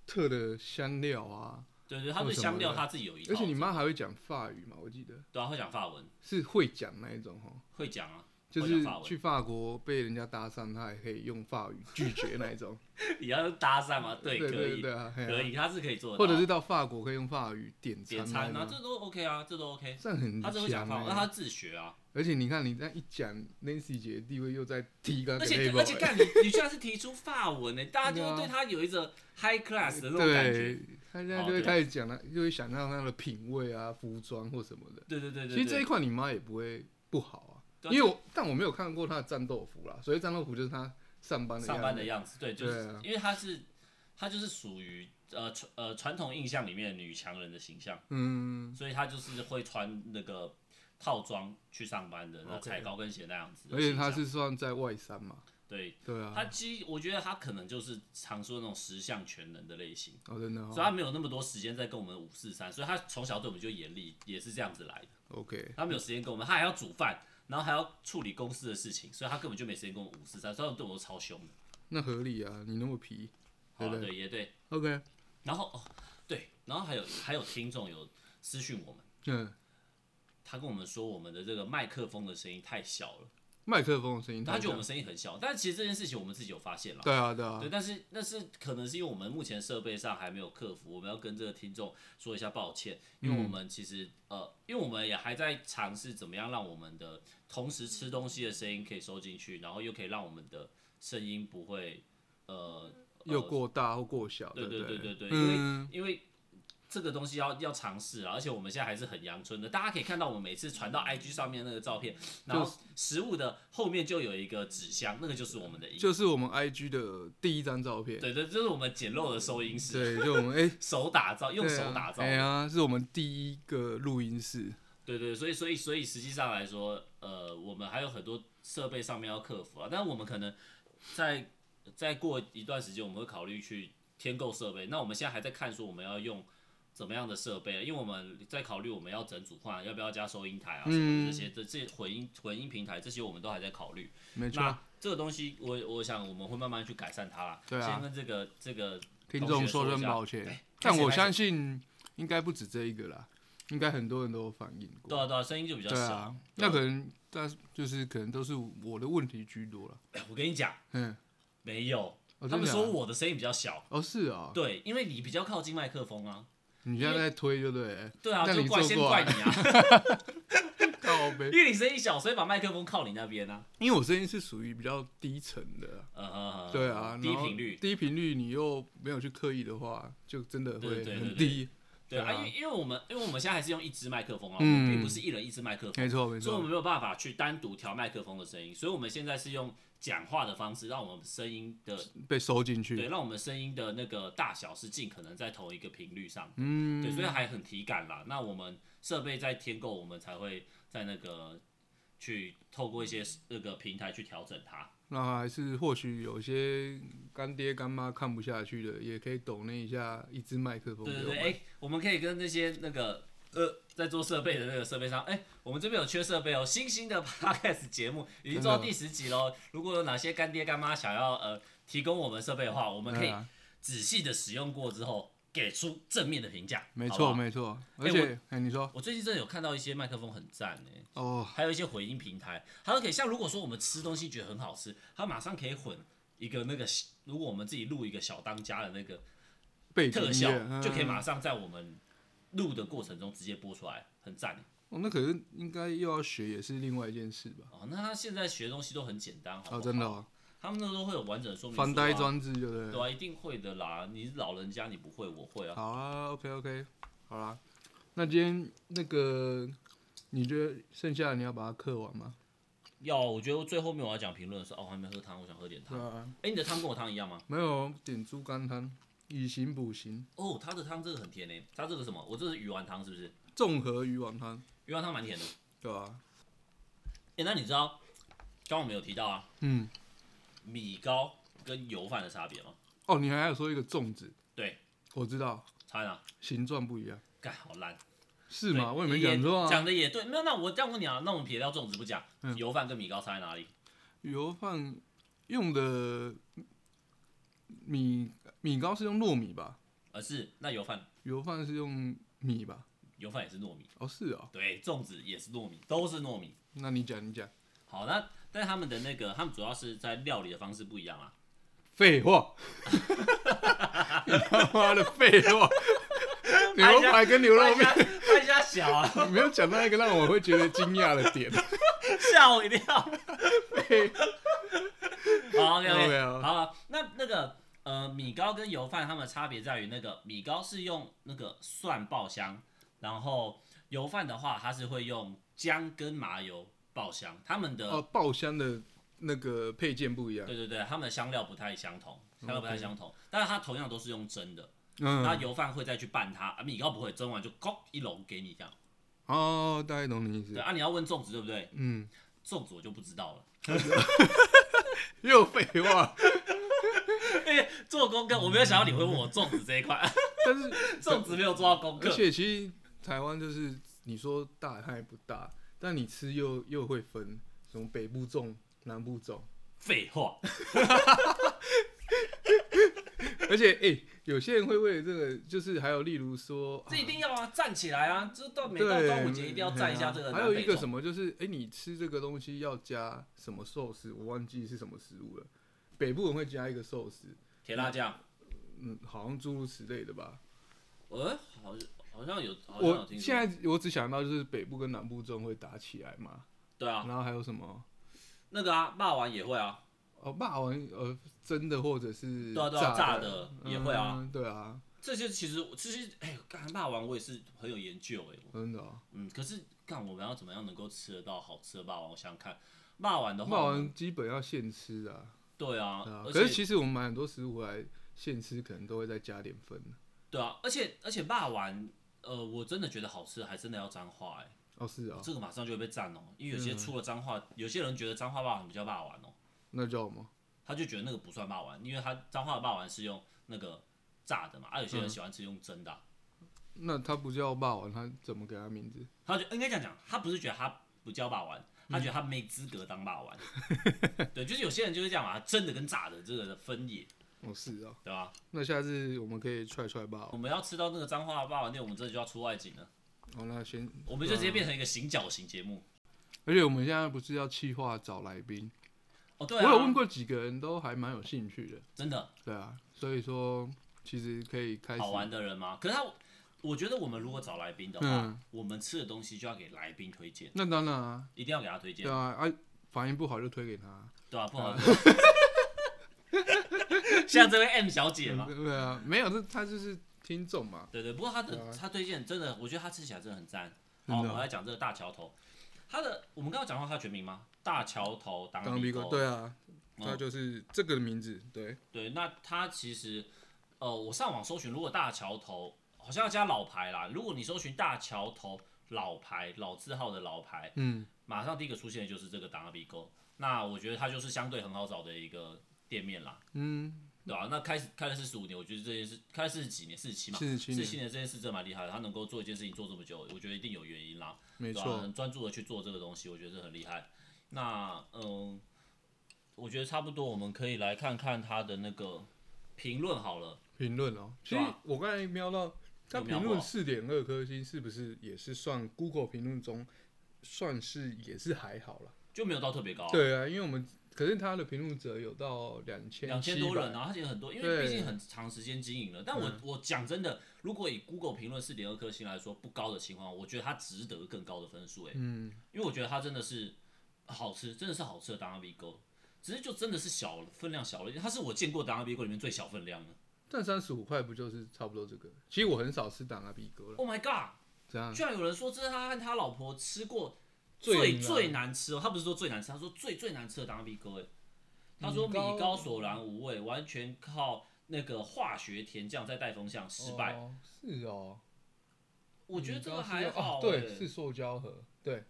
S1: 特的香料啊，
S2: 对对，他对
S1: 为什么
S2: 香料
S1: 呢
S2: 他自己有一套，
S1: 而且你妈还会讲法语嘛，我记得
S2: 对啊会讲法文，
S1: 是会讲那一种哈，
S2: 会讲啊，
S1: 就
S2: 会讲
S1: 是
S2: 法文。
S1: 去法国被人家搭讪，她还可以用法语拒绝那一种。
S2: 你要搭讪吗？ 对，
S1: 对
S2: 可
S1: 对
S2: 以
S1: 对啊，嘿啊
S2: 可以，他是可以做得
S1: 或者
S2: 到
S1: 是到法国可以用法语点
S2: 点
S1: 餐
S2: 餐啊，这都 OK 啊，这都 OK。
S1: 这样很
S2: 他只会讲
S1: 强
S2: 法文，那
S1: 欸。
S2: 他自学啊。
S1: 而且你看你这样一讲，Nancy 姐的地位又在提高
S2: 而
S1: 个
S2: 且
S1: level
S2: 而且，
S1: 欸
S2: 看你你居然是提出法文呢，大家就会对他有一种 high class 的那种感觉哦
S1: 对。，她现在就会开始讲了，就会想到她的品味啊、服装或什么的。
S2: 对对对对，
S1: 其实这一
S2: 对
S1: 块你妈也不会不好啊，
S2: 对啊
S1: 因为我但我没有看过她的战斗服啦，所以战斗服就是她上班的
S2: 上班的
S1: 样
S2: 样子，对，就是
S1: 对啊
S2: 因为她是她就是属于呃传呃传统印象里面的女强人的形象，
S1: 子，嗯，
S2: 所以她就是会穿那个套装去上班的，那
S1: OK
S2: 踩高跟鞋那样子的
S1: 而且
S2: 形象。
S1: 她是算在外商嘛，
S2: 对
S1: 对啊，
S2: 他其实我觉得他可能就是常说那种十项全能的类型，
S1: 哦，真的
S2: 所以
S1: 哦
S2: 他没有那么多时间在跟我们五四三，所以他从小对我们就严厉，也是这样子来的。
S1: ，OK，
S2: 他没有时间跟我们，他还要煮饭，然后还要处理公司的事情，所以他根本就没时间跟我们五四三，所以他对我都超凶的。
S1: 那合理啊，你那么皮
S2: 好啊
S1: 对不对
S2: 对，也对。
S1: ，OK，
S2: 然后哦，对，然后还有还有听众有私讯我们，
S1: 嗯，
S2: 他跟我们说我们的这个麦克风的声音太小了，
S1: 麦克风的声音
S2: 他
S1: 太
S2: 觉得我
S1: 小，
S2: 们声音很小，但其实这件事情我们自己有发现了。
S1: 对啊，对啊
S2: 对，，但是但是可能是因为我们目前设备上还没有克服，我们要跟这个听众说一下抱歉，因
S1: 嗯
S2: 为我们其实、呃，因为我们也还在尝试怎么样让我们的同时吃东西的声音可以收进去，然后又可以让我们的声音不会呃，
S1: 又过大或过小，
S2: 对
S1: 对
S2: 对
S1: 不
S2: 对对对，因为、
S1: 嗯，
S2: 因为。这个东西要要尝试啊，而且我们现在还是很阳春的，大家可以看到我们每次传到 IG 上面那个照片，然后食物的后面就有一个纸箱，那个就是我们的音，
S1: 就是我们 IG 的第一张照片，
S2: 对对，这是我们简陋的收音室。
S1: 对，就我们哎，
S2: 手打造， 用
S1: 对啊
S2: 手打造的。
S1: 哎呀，是我们第一个录音室，
S2: 对对，所以所以所以实际上来说，呃，我们还有很多设备上面要克服啊。但我们可能在再过一段时间，我们会考虑去添购设备。那我们现在还在看说我们要用怎么样的设备，啊因为我们在考虑我们要整组换，要不要加收音台啊什么的这些这这混音混音平台这些我们都还在考虑。
S1: 嗯没错，
S2: 那这个东西我，我想我们会慢慢去改善它啦。
S1: 对啊
S2: 先跟这个这个
S1: 听
S2: 同
S1: 众
S2: 学
S1: 说
S2: 说一
S1: 声
S2: 下
S1: 抱歉，
S2: 谢
S1: 但
S2: 谢
S1: 我
S2: 拍手
S1: 相信应该不止这一个啦，应该很多人都有反映过
S2: 对。啊对啊，声音就比较
S1: 对
S2: 小。
S1: 啊，那可能但是就是可能都是我的问题居多了。
S2: 哎我跟你讲，
S1: 嗯，
S2: 没有，他
S1: 哦真
S2: 们
S1: 的假
S2: 说
S1: 的
S2: 我的声音比较小，
S1: 哦是啊，
S2: 对，因为你比较靠近麦克风啊。
S1: 你现在在推就 对了，
S2: 对啊，
S1: 那
S2: 就
S1: 你
S2: 怪
S1: 做
S2: 先
S1: 过
S2: 怪
S1: 啊
S2: 你啊，
S1: 靠呗。
S2: 因为你声音小，所以把麦克风靠你那边啊。
S1: 因为我声音是属于比较低沉的啊，
S2: 呃，
S1: 对啊，
S2: 低
S1: 然后
S2: 频率，
S1: 低频率你又没有去刻意的话，就真的
S2: 对
S1: 会
S2: 对
S1: 很
S2: 对对
S1: 低。
S2: 对啊，
S1: 对啊嗯
S2: 因为因为我们因为我们现在还是用一支麦克风啊，我们并不是一人一支麦克风，
S1: 没错没
S2: 所以我
S1: 错，
S2: 们没有办法去单独调麦克风的声音，所以我们现在是用讲话的方式，让我们声音的
S1: 被收进
S2: 对，
S1: 去。
S2: 让我们声音的那个大小是尽可能在同一个频率上，
S1: 嗯，
S2: 对，所以还很体感啦。那我们设备在添购，我们才会在那个去透过一些
S1: 嗯
S2: 那个平台去调整它。
S1: 那还是或许有些干爹干妈看不下去的，也可以抖那一下一支麦克风给
S2: 对
S1: 嗯我
S2: 对
S1: 们。
S2: 对，哎、我们可以跟那些那个呃在做设备的那个设备商，哎、我们这边有缺设备哦，新兴的 podcast 节目已经做到
S1: 真的
S2: 第十集喽。如果有哪些干爹干妈想要呃提供我们设备的话，我们可
S1: 对
S2: 以
S1: 啊
S2: 仔细的使用过之后，给出正面的评价。
S1: 没
S2: 好不
S1: 错
S2: 好
S1: 没错，
S2: 哎
S1: 而且哎、你说
S2: 我最近真的有看到一些麦克风很赞哎、
S1: 哦，
S2: 还有一些混音平台，还有可以像如果说我们吃东西觉得很好吃，它马上可以混一个那个，如果我们自己录一个小当家的那个
S1: 背景
S2: 特
S1: 音
S2: 效，
S1: 乐
S2: 就可以、
S1: 嗯
S2: 马上在我们录的过程中直接播出来，很赞
S1: 哦，那可是应该又要学，也是另外一件事吧？
S2: 哦。那他现在学东西都很简单，好不好？
S1: 啊，真的、哦，
S2: 他们那都会有完整的说明书啊
S1: 翻呆装置就对了。
S2: 对啊，一定会的啦。你老人家你不会，我会啊。
S1: 好啊，OK OK，好啦，那今天那个你觉得剩下的你要把它刻完吗？
S2: 要，我觉得最后面我要讲评论的是，哦，我还没喝汤，我想喝点汤。
S1: 对啊，
S2: 哎、你的汤跟我汤一样吗？
S1: 没有哦点猪肝汤，以形补形，
S2: 哦，他的汤这个很甜诶、他这个什么？我这是鱼丸汤是不是？
S1: 综合鱼丸汤，
S2: 鱼丸汤蛮甜的。
S1: 对啊，
S2: 哎、那你知道刚刚我们有提到啊，
S1: 嗯，
S2: 米糕跟油饭的差别吗？
S1: 哦，你还要说一个粽子，
S2: 对，
S1: 我知道，
S2: 差在哪？
S1: 形状不一样，
S2: 干好烂。
S1: 是
S2: 对
S1: 吗？我也没讲错
S2: 也
S1: 啊。嗯
S2: 讲的也对。没有，那我这样问你啊，那我们撇掉粽子不讲，油饭跟米糕差在哪里？
S1: 油饭用的米米糕是用糯米吧？
S2: 而是那油饭，
S1: 油饭是用米吧？
S2: 油饭也是糯米，
S1: 哦，是哦，
S2: 对，粽子也是糯米，都是糯米。
S1: 那你讲你讲。
S2: 好，那但他们的那个，他们主要是在料理的方式不一样啊。
S1: 废话， 你他妈的废话！ 牛排跟牛
S2: 看
S1: 肉
S2: 一
S1: 面，
S2: 下，看一下小啊，
S1: 你没有讲到一个让我会觉得惊讶的点。
S2: 吓我一跳。
S1: 废
S2: 好，OK
S1: OK，
S2: OK，
S1: 好
S2: 好啊，那那个呃，米糕跟油饭它们的差别在于，那个米糕是用那个蒜爆香，然后油饭的话，它是会用姜跟麻油爆香，它们的、
S1: 哦，爆香的那个配件不一样。
S2: 对对对，它们的香料不太相同，香料不太相同，但是它同样都是用蒸的，那
S1: 嗯，
S2: 油饭会再去拌它，啊米糕不会蒸完就咕一笼给你这样。
S1: 哦，大概懂你意
S2: 对啊
S1: 思。
S2: 啊，你要问粽子对不对？
S1: 嗯，
S2: 粽子我就不知道了。
S1: 又废话，
S2: 做功课，我没有想到你会问我粽子这一 块，
S1: 但是
S2: 粽子没有做到功
S1: 而
S2: 课。
S1: 且其实台湾就是你说大它也不大，但你吃又又会分什么北部粽、南部 粽，
S2: 废话，
S1: 而且哎、有些人会为了这个，就是还有例如说，
S2: 这
S1: 啊
S2: 一定要啊，站起来啊！这到每到
S1: 对，
S2: 端午节一定要站一下这个
S1: 嗯
S2: 南
S1: 还
S2: 北粽。
S1: 有一个什么，就是哎、诶你吃这个东西要加什么寿司？我忘记是什么食物了。北部人会加一个寿司，
S2: 铁辣酱，
S1: 嗯，好像诸如此类的吧。
S2: 呃，好像好像有，好像有
S1: 我
S2: 听说
S1: 现在我只想到就是北部跟南部粽会打起来嘛，
S2: 对啊，
S1: 然后还有什么
S2: 那个啊，骂完也会啊，
S1: 哦，霸王呃蒸的或者是
S2: 对啊对啊炸的也会啊
S1: 嗯对啊，
S2: 这些其实其实哎，干骂完我也是很有研究哎、
S1: 真的哦。
S2: 嗯，可是干我们要怎么样能够吃得到好吃的霸王？我想想看，骂完的话，
S1: 霸王基本要现吃的啊，
S2: 对啊
S1: 对啊，
S2: 哦而
S1: 可是
S2: 且
S1: 其实我们买很多食物回来现吃，可能都会再加点分
S2: 对啊，而且而且骂完，呃，我真的觉得好吃，还真的要脏话哎、
S1: 哦，是啊，
S2: 这个马上就会被赞哦，因为有些
S1: 嗯
S2: 出了脏话，有些人觉得脏话霸王比较霸王哦，
S1: 那叫什么？
S2: 他就觉得那个不算霸王，因为他脏话霸王是用那个炸的嘛，啊，有些
S1: 嗯
S2: 人喜欢吃用蒸的啊、
S1: 那他不叫霸王，他怎么给他名字？
S2: 他就应该这样讲，他不是觉得他不叫霸王，他觉得他没资格当霸王，
S1: 嗯
S2: 对，就是有些人就是这样嘛，真的跟炸的这个分野，
S1: 哦，是啊，
S2: 对吧？
S1: 那下次我们可以踹踹霸王。
S2: 我们要吃到那个脏话霸王店，我们真的就要出外景了，
S1: 好，那先，
S2: 我们就直接
S1: 对啊。
S2: 变成一个行脚型节目。
S1: 而且我们现在不是要企划找来宾，
S2: 哦，对
S1: 我
S2: 啊，
S1: 有问过几个人，都还蛮有兴趣的。
S2: 真的
S1: 对啊，所以说其实可以开始
S2: 好玩的人吗？可是他，我觉得我们如果找来宾的话，
S1: 嗯
S2: 我们吃的东西就要给来宾推荐，
S1: 那当然啊，
S2: 一定要给他推荐
S1: 对，啊，啊，反应不好就推给他。
S2: 对吧、不好意思。 像这位 M 小姐嘛，
S1: 对啊，没有，这他就是听众嘛。
S2: 对对，不过他
S1: 对
S2: 的
S1: 啊
S2: 他推荐真的，我觉得他吃起来真的很赞。
S1: 真
S2: 好，我
S1: 的哦
S2: 们来讲这个大桥头，他的我们刚刚讲到他的全名吗？大桥头当
S1: 当
S2: 兵
S1: 兵
S2: 狗。
S1: 哥，对啊，
S2: 嗯
S1: 他就是这个名字，对，
S2: 对，那他其实，呃，我上网搜寻，如果大桥头好像要加老牌啦，如果你搜寻大桥头老牌老字号的老牌，
S1: 嗯，
S2: 马上第一个出现的就是这个达拉比沟。那我觉得它就是相对很好找的一个店面啦，
S1: 嗯，
S2: 对吧、那开始开了四十五年，我觉得这件事开了四十几年，四十七嘛，
S1: 四十七
S2: 四十
S1: 年
S2: 七年这件事真的蛮厉害的，他能够做一件事情做这么久，我觉得一定有原因啦。
S1: 没
S2: 对啊
S1: 错，
S2: 很专注的去做这个东西，我觉得这很厉害。那嗯，我觉得差不多，我们可以来看看他的那个评论好了。
S1: 评论哦。其
S2: 对
S1: 实
S2: 啊
S1: 我刚才瞄到他
S2: 有瞄
S1: 评
S2: 过
S1: 论四点二颗星，是不是也是算 Google 评论中算是也是还好了？
S2: 就没有到特别高、啊，
S1: 对啊，因为我们可是他的评论者有到两千
S2: 两千多人啊，而且很多，因为
S1: 对嗯
S2: 毕竟很长时间经营了。但我、我讲真的，如果以 Google 评论四点二颗星来说不高的情况，我觉得它值得更高的分数哎、
S1: 嗯，
S2: 因为我觉得它真的是好吃，真的是好吃的达拉比沟，只是就真的是小分量小了一点，它是我见过达拉比沟里面最小分量的。
S1: 但三十五块不就是差不多这个？其实我很少吃党阿比哥了，
S2: Oh my god！
S1: 怎样？
S2: 居然有人说这是他和他老婆吃过
S1: 最
S2: 最
S1: 难
S2: 最难吃哦，他不是说最难吃，他说最最难吃的当比哥哎，他说米
S1: 米糕
S2: 高索然无味，完全靠那个化学甜酱在带风向失败。
S1: 哦是哦，
S2: 我觉得这个还
S1: 你刚刚是
S2: 好、欸
S1: 哦，对，是塑胶盒，对，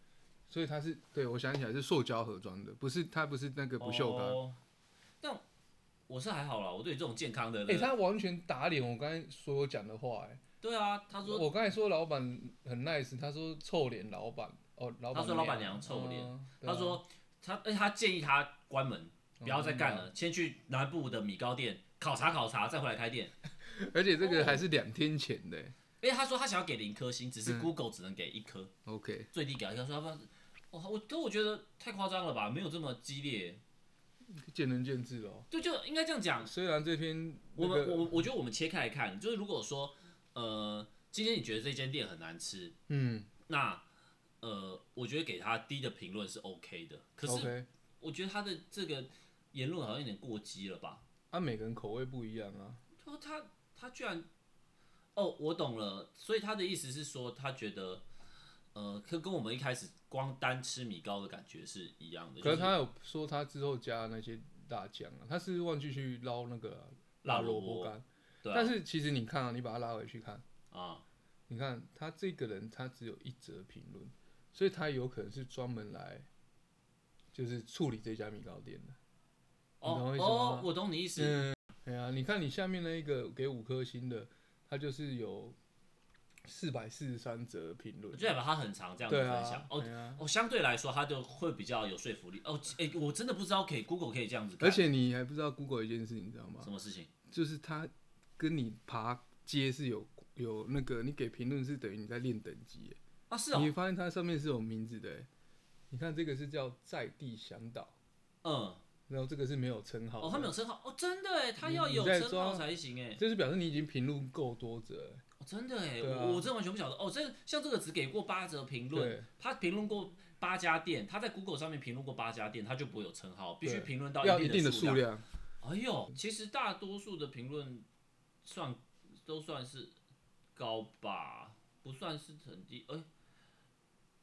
S1: 所以它是对我想起来是塑胶盒装的，不是它不是那个不锈啊钢。
S2: 哦但我是还好啦，我对这种健康的
S1: 哎、
S2: 人，
S1: 他完全打脸我刚才所有讲的话、哎，
S2: 对啊，他说
S1: 我刚才说老板很 nice，他说臭脸老板，哦，老板
S2: 他说老板娘臭脸
S1: 嗯对啊哦
S2: 他说他，而且他建议他关门，不要再干了，先去南部的米糕店考察考察，再回来开店。
S1: 而且这个还
S2: 哦
S1: 是两天前的、哎
S2: 因为他说他想要给零颗星，只
S1: 嗯
S2: 是 Google 只能给一颗。
S1: OK，
S2: 最低给他一个说他不，哦，我可我觉得太夸张了吧，没有这么激烈，
S1: 见仁见智喽。
S2: 就就应该这样讲。
S1: 虽然这篇、
S2: 我
S1: 那
S2: 们
S1: 个
S2: 我我觉得我们切开来看，就是如果说呃，今天你觉得这间店很难吃，
S1: 嗯
S2: 那呃，我觉得给他低的评论是 OK 的。可是
S1: ，OK，
S2: 我觉得他的这个言论好像有点过激了吧？
S1: 啊，每个人口味不一样啊。
S2: 他说他他居然，哦，我懂了，所以他的意思是说，他觉得。呃，跟跟我们一开始光单吃米糕的感觉是一样的，就
S1: 可
S2: 是
S1: 他有说他之后加那些辣酱啊，他是不是忘记去捞那个
S2: 辣
S1: 萝
S2: 萝
S1: 卜
S2: 卜
S1: 干。
S2: 对啊
S1: 但是其实你看啊，你把他拉回去看，
S2: 啊，
S1: 你看他这个人他只有一则评论，所以他有可能是专门来就是处理这家米糕店的。你懂我
S2: 哦
S1: 意思吗
S2: 哦，我懂你意思。
S1: 嗯，对啊，你看你下面那一个给五颗星的，它就是有四百四十三则评论
S2: 我，就代表他很常这样子
S1: 对
S2: 分享
S1: 啊，。
S2: 哦
S1: 对啊，
S2: 哦，相对来说，他就会比较有说服力。哦，哎、我真的不知道可以 Google 可以这样子看，
S1: 而且你还不知道 Google 一件事，你知道吗
S2: 什？么事情？
S1: 就是它跟你爬阶是有有那个，你给评论是等于你在练等级耶，
S2: 啊，是哦，
S1: 你发现它上面是有名字的耶，你看这个是叫在地向导，
S2: 嗯，
S1: 然后这个是没有称号的，
S2: 哦，他们有称号，哦，真的哎，他要
S1: 你
S2: 有
S1: 在
S2: 称
S1: 抓
S2: 号才行哎、
S1: 就是表示你已经评论够多则了，
S2: 哦，真的哎、
S1: 对啊
S2: 我我真的完全不晓得。哦，这像这个只给过八折评论
S1: 对，
S2: 他评论过八家店，他在 Google 上面评论过八家店，他就不会有称号，必须
S1: 对
S2: 评论到
S1: 要
S2: 一
S1: 一定的
S2: 数
S1: 数。量，
S2: 哎呦，其实大多数的评论算都算是高吧，不算是很低。哎、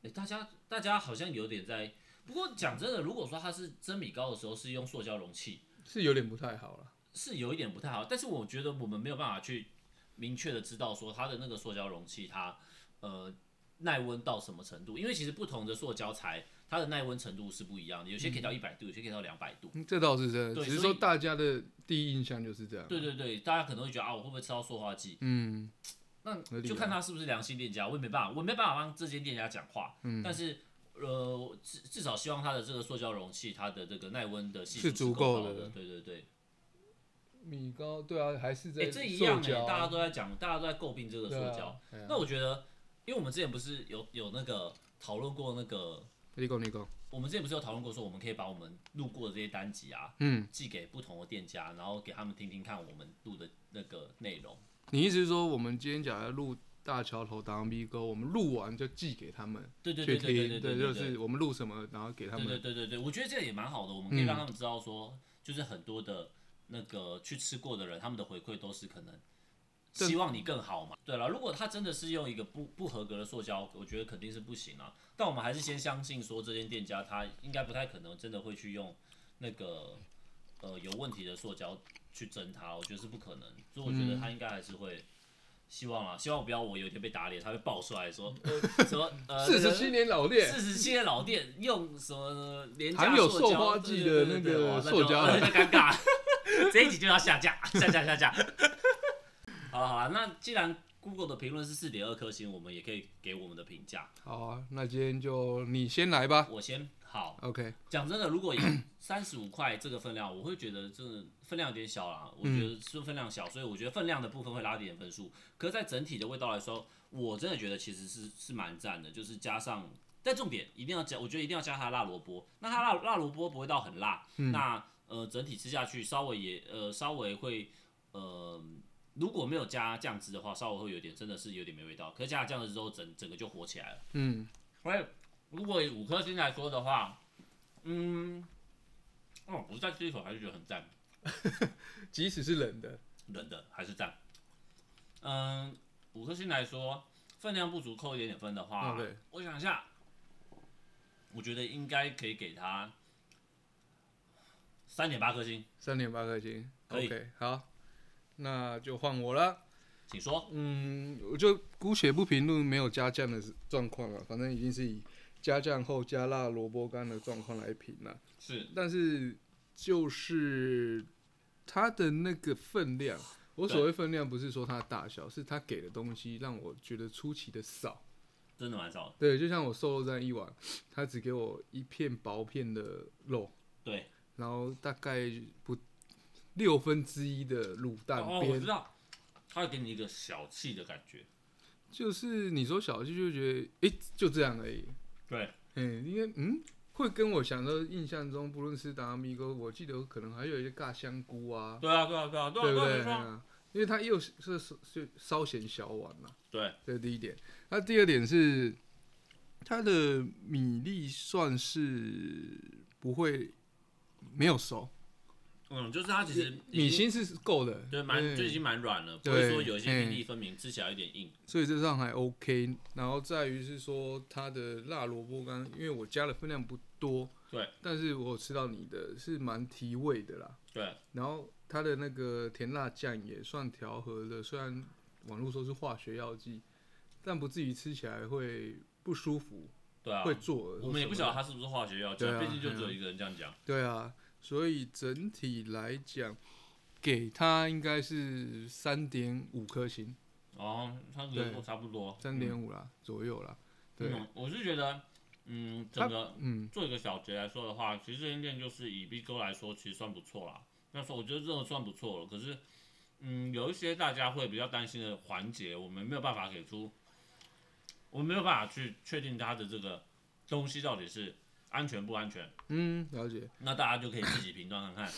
S2: 哎，大家大家好像有点在。不过讲真的，如果说它是蒸米糕的时候是用塑胶容器，
S1: 是有点不太好了。
S2: 是有一点不太好。但是我觉得我们没有办法去明确的知道说它的那个塑胶容器它呃耐温到什么程度，因为其实不同的塑胶材它的耐温程度是不一样的，有些可以到一百度，有些可以到两百度。
S1: 嗯这倒是真的，
S2: 对
S1: 只是
S2: 所
S1: 说
S2: 以
S1: 大家的第一印象就是这样。
S2: 对，对对，大家可能会觉得啊，我会不会吃到塑化剂？
S1: 嗯，
S2: 那
S1: 合理啊
S2: 就看他是不是良心店家，我也没办法，我没办法帮这间店家讲话。嗯，但是呃，至至少希望它的这个塑胶容器，它的这个耐温的系数
S1: 是足
S2: 够
S1: 够
S2: 高
S1: 的
S2: 的。对对对，
S1: 米糕对啊，还是在
S2: 哎、这一样哎、
S1: 塑胶啊
S2: 大家都在讲，大家都在诟病这个塑
S1: 对啊
S2: 胶。
S1: 哎呀
S2: 那我觉得，因为我们之前不是有有那个讨论过那个，
S1: 你讲你讲，
S2: 我们之前不是有讨论过说，我们可以把我们录过的这些单集啊，
S1: 嗯，
S2: 寄给不同的店家，然后给他们听听看我们录的那个内容。
S1: 你意思是说我们今天假如录大桥头打完 B 哥，我们录完就寄给他们
S2: 对对对
S1: 去
S2: 对对
S1: 听，
S2: 对对对
S1: 就
S2: 对
S1: 是我们录什么，然后给他
S2: 对对
S1: 们。嗯
S2: 对对对，我觉得这也蛮好的，我们可以让他们知道说，就是很多的那个去吃过的人，他们的回馈都是可能
S1: 对
S2: 希望你更好嘛。对了，如果他真的是用一个不不合格的塑胶，我觉得肯定是不行啊。但我们还是先相信说，这间店家他应该不太可能真的会去用那个呃有问题的塑胶去蒸它，我觉得是不可能。所以我
S1: 嗯
S2: 觉得他应该还是会。希望啊，希望不要我有一天被打脸，他会爆出来 说，呃、什么呃，
S1: 四
S2: 那
S1: 十
S2: 个
S1: 七年老店，
S2: 四十七的老店用什么廉价
S1: 含有
S2: 塑胶
S1: 塑化剂的那个塑胶
S2: 对对对哇那就那就尴尬， 这一集就要下架，下架下架。 好了好了，那既然 Google 的评论是四点二颗星，我们也可以给我们的评价。
S1: 好啊，那今天就你先来吧。
S2: 我先好
S1: OK，
S2: 讲真的，如果以三十五块这个分量，我会觉得真的分量有点小啦。我觉得是分量小，所以我觉得分量的部分会拉低点分数。可是，在整体的味道来说，我真的觉得其实是是蛮赞的，就是加上，但重点一定要加，我觉得一定要加它的辣萝卜。那它辣辣萝卜不会到很辣，那呃整体吃下去稍微也呃稍微会呃。如果没有加酱汁的话，稍微会有点，真的是有点没味道。可是加了酱汁之后，整整个就火起来了。
S1: 嗯，
S2: 所以如果以五颗星来说的话，嗯，哦，我再吃一口还是觉得很赞，
S1: 即使是冷的，
S2: 冷的还是赞。嗯，五颗星来说，分量不足扣一点点分的话
S1: OK
S2: 我想一下，我觉得应该可以给他三点八颗星，
S1: 三点八颗星。
S2: 可以
S1: OK，好，那就换我了。
S2: 请说。
S1: 嗯，我就姑且不评论没有加酱的状况了，反正已经是以加酱后加辣萝卜干的状况来评了。
S2: 是
S1: 但是就是它的那个分量，我所谓分量不是说它的大小，是它给的东西让我觉得出奇的少。
S2: 真的蛮少的，
S1: 对，就像我瘦肉站一碗，它只给我一片薄片的肉，
S2: 对，
S1: 然后大概不六分之一的卤蛋
S2: 哦，
S1: 边
S2: 我知，道，他会给你一个小气的感觉，
S1: 就是你说小气就觉得，诶、就这样而已。
S2: 对，
S1: 嗯，因为嗯，会跟我想到印象中，不论是达米哥，我记得可能还有一些尬香菇啊，
S2: 对啊，对啊，对啊，对啊，
S1: 对不
S2: 对
S1: 对？
S2: 啊，
S1: 嗯
S2: 对啊，
S1: 啊因为它又是是是是稍显小碗嘛，
S2: 对，
S1: 这是第一点。那第二点是，它的米粒算是不会没有熟，
S2: 嗯，就是他其实已
S1: 米
S2: 经
S1: 心是够的，
S2: 对，蛮就已经蛮软了，不
S1: 嗯对嗯
S2: 会说有一些
S1: 嘿
S2: 粒粒分明，吃起来有点硬。
S1: 所以这上还 OK。然后在于是说它的辣萝卜干，因为我加的分量不多，
S2: 对，
S1: 但是我有吃到你的是蛮提味的啦。
S2: 对，啊
S1: 然后它的那个甜辣酱也算调和的，虽然网络说是化学药剂，但不至于吃起来会不舒服，
S2: 对啊，
S1: 会作呕。
S2: 我们也不晓得。它是不是化学药剂
S1: 对，啊
S2: 毕竟就只有一个人这样讲。
S1: 对啊，所以整体来讲，给他应该是三点五颗星，
S2: 哦，差不
S1: 对
S2: 多差不多，
S1: 三点五啦左右啦。对，
S2: 嗯，我是觉得，嗯，
S1: 它
S2: 整个
S1: 嗯，
S2: 做一个小结来说的话，其实这间店就是以 B 哥来说，其实算不错啦。那时候我觉得这个算不错了，可是，嗯，有一些大家会比较担心的环节，我们没有办法给出，我们没有办法去确定它的这个东西到底是安全不安全。
S1: 嗯，了解。
S2: 那大家就可以自己评断看看。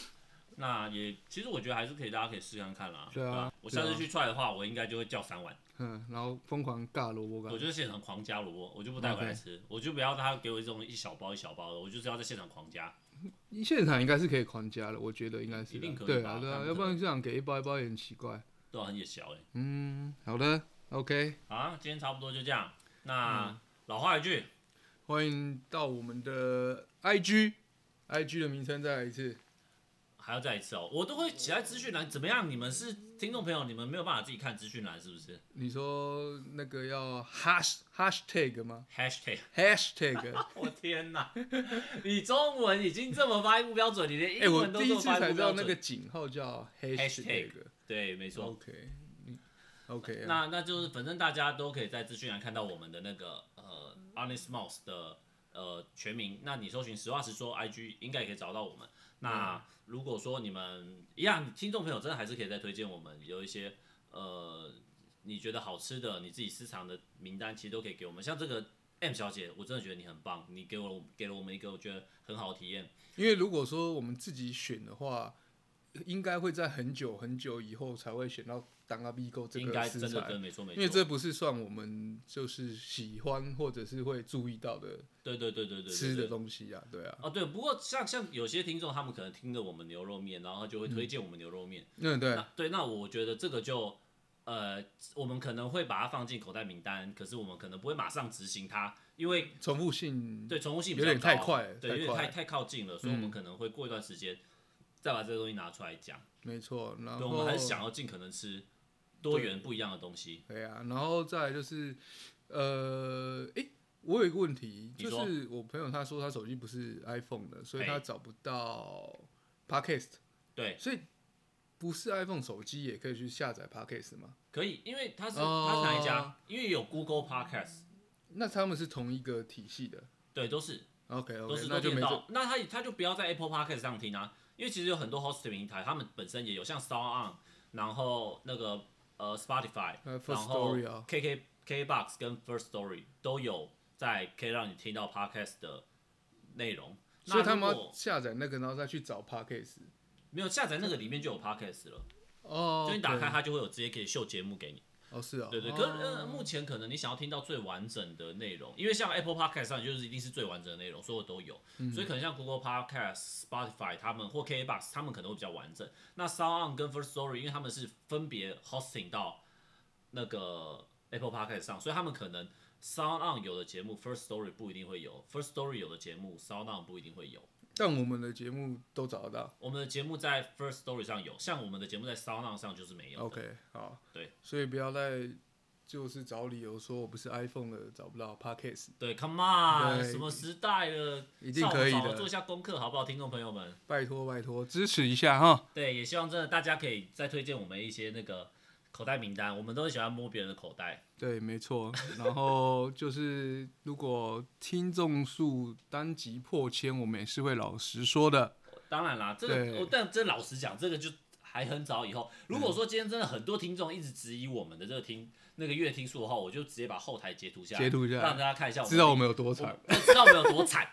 S2: 那也，其实我觉得还是可以，大家可以试看看啦。
S1: 对啊
S2: 吧我下
S1: 对
S2: 次
S1: 啊
S2: 去踹的话，我应该就会叫三碗，
S1: 嗯，然后疯狂尬萝卜
S2: 我
S1: 干。
S2: 就现场狂加萝卜，我就不带回来
S1: 啊 OK
S2: 吃，我就不要他给我这种一小包一小包的，我就是要在现场狂加。
S1: 现场应该是可以狂加的，我觉得应该是
S2: 一定
S1: 啦
S2: 可以
S1: 对
S2: 吧
S1: 啊，对
S2: 他
S1: 啊，
S2: 们
S1: 要不
S2: 可
S1: 然
S2: 能
S1: 这样给一包一包也很奇怪。
S2: 对啊，很也小哎、
S1: 嗯，好的，OK，
S2: 欸。好啊，今天差不多就这样。那、
S1: 嗯
S2: 老话一句，
S1: 欢迎到我们的 IG，IG 的名称再来一次。
S2: 还要再一次哦，我都会写在资讯栏。怎么样？你们是听众朋友，你们没有办法自己看资讯栏是不是
S1: 你说那个要 hash hashtag 吗
S2: ？Hashtag，
S1: ？hashtag，
S2: 我天哪！你中文已经这么发音不标准，你连
S1: 哎、
S2: 英
S1: 我
S2: 文都
S1: 第
S2: 这
S1: 一
S2: 么
S1: 次
S2: 发
S1: 才
S2: 音不
S1: 知道
S2: 标
S1: 那
S2: 准。
S1: 个井号叫 hashtag。
S2: 对，没错。
S1: OK，嗯，OK，啊
S2: 那那就是反正大家都可以在资讯栏看到我们的那个呃 Honest Mouse 的呃全名。那你搜寻实话实说 IG 应该也可以找到我们。
S1: 嗯
S2: 那如果说你们一样，听众朋友真的还是可以再推荐我们有一些呃你觉得好吃的，你自己私藏的名单，其实都可以给我们。像这个 M 小姐，我真的觉得你很棒，你给我给了我们一个我觉得很好的体验。
S1: 因为如果说我们自己选的话，应该会在很久很久以后才会选到当阿 B 购这
S2: 应
S1: 个
S2: 该真
S1: 食
S2: 的
S1: 材，
S2: 真没错没
S1: 因为
S2: 错，
S1: 这不是算我们就是喜欢或者是会注意到的
S2: 对对对对对对，
S1: 吃
S2: 对
S1: 的东西啊，对啊，
S2: 哦，对，不过像像有些听众，他们可能听着我们牛肉面，然后就会推荐我们牛肉面。
S1: 嗯，对，
S2: 那对，那我觉得这个就呃，我们可能会把它放进口袋名单，可是我们可能不会马上执行它，因为
S1: 重复性，
S2: 对重复性比
S1: 有
S2: 较
S1: 点太
S2: 高
S1: 快了
S2: 对，
S1: 太
S2: 有点
S1: 快
S2: 太
S1: 了嗯
S2: 太靠近了，所以我们可能会过一段时间再把这个东西拿出来讲。
S1: 没错，然
S2: 对，
S1: 后
S2: 我们还是想要尽可能吃多
S1: 哦对
S2: 元不一样的东西。
S1: 对啊，然后再来就是，呃，诶，我有一个问题，
S2: 你
S1: 就
S2: 说
S1: 是我朋友他说他手机不是 iPhone 的，所以他
S2: 哎
S1: 找不到 Podcast，
S2: 对，
S1: 所以不是 iPhone 手机也可以去下载 Podcast 吗？
S2: 可以，因为它是、
S1: 哦
S2: 它是哪一家？因为有 Google Podcast，
S1: 那他们是同一个体系的
S2: 对，都是。
S1: ，OK
S2: 都
S1: OK，
S2: 是
S1: 那
S2: 都
S1: 就
S2: 听
S1: 没
S2: 得
S1: 这
S2: 到。那他他就不要在 Apple Podcast 上听啊，因为其实有很多 hosting 平台，他们本身也有像 s t o r On，然后那个呃 Spotify，
S1: 呃 First
S2: 然后
S1: Story 啊
S2: KK KBox 跟 First Story 都有在可以让你听到 podcast 的内容。
S1: 所以他
S2: 那
S1: 们
S2: 如
S1: 要
S2: 果
S1: 下载那个，然后再去找 Podcast。
S2: 没有下载那个里面就有 podcast 了，
S1: 哦，
S2: 就你打开
S1: OK
S2: 它就会有直接可以秀节目给你。
S1: 哦，是啊，
S2: 对对，
S1: 哦
S2: 可是呃目前可能你想要听到最完整的内容，因为像 Apple Podcast 上就是一定是最完整的内容，所有都有，所以可能像 Google Podcast、Spotify 他们或 KBox 他们可能会比较完整。那 Sound On 跟 First Story 因为他们是分别 hosting 到那个 Apple Podcast 上，所以他们可能 Sound On 有的节目 First Story 不一定会有，First Story 有的节目 Sound On 不一定会有。
S1: 但我们的节目都找得到。
S2: 我们的节目在 First Story 上有，像我们的节目在 Sound On 上就是没有的。
S1: OK，好，
S2: 对，
S1: 所以不要再就是找理由说我不是 iPhone 的找不到 Podcast，
S2: 对，Come on，
S1: 对
S2: 什么时代了？
S1: 一定可以的
S2: 上网做一下功课好不好，听众朋友们？
S1: 拜托拜托支持一
S2: 嗯
S1: 下哈。
S2: 对，也希望真的大家可以再推荐我们一些那个口袋名单，我们都很喜欢摸别人的口袋。
S1: 对，没错。 然后就是如果听众数单集破千，我们也是会老实说的。
S2: 当然啦，这
S1: 对
S2: 个我但真老实讲，这个就还很早以后。如果说
S1: 嗯
S2: 今天真的很多听众一直质疑我们的这个听那个月听数的话，我就直接把后台截图下来，
S1: 截图下来
S2: 让大家看一下我们
S1: 知道我们有多惨，
S2: 我知道我们有多 惨。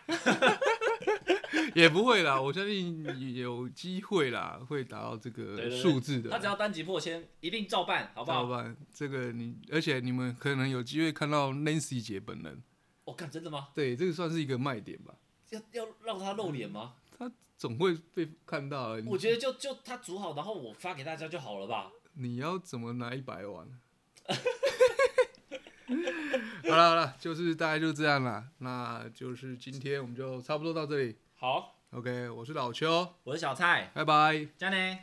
S1: 也不会啦，我相信有机会啦，会达到这
S2: 对
S1: 个
S2: 对对
S1: 数字的。
S2: 他只要单集破千，一定照办，好不
S1: 老
S2: 好？
S1: 板，这个你，而且你们可能有机会看到 Nancy 姐本人，
S2: 我哦看、干真的吗？
S1: 对，这个算是一个卖点吧，
S2: 要要让他露脸吗？
S1: 总会被看到啊的。你
S2: 我觉得就就他煮好，然后我发给大家就好了吧。
S1: 你要怎么拿一百万？ 好了好了，就是大概就这样啦。那就是今天我们就差不多到这里。
S2: 好，
S1: OK，我是老邱，
S2: 我是小蔡，
S1: 拜拜。
S2: 加呢。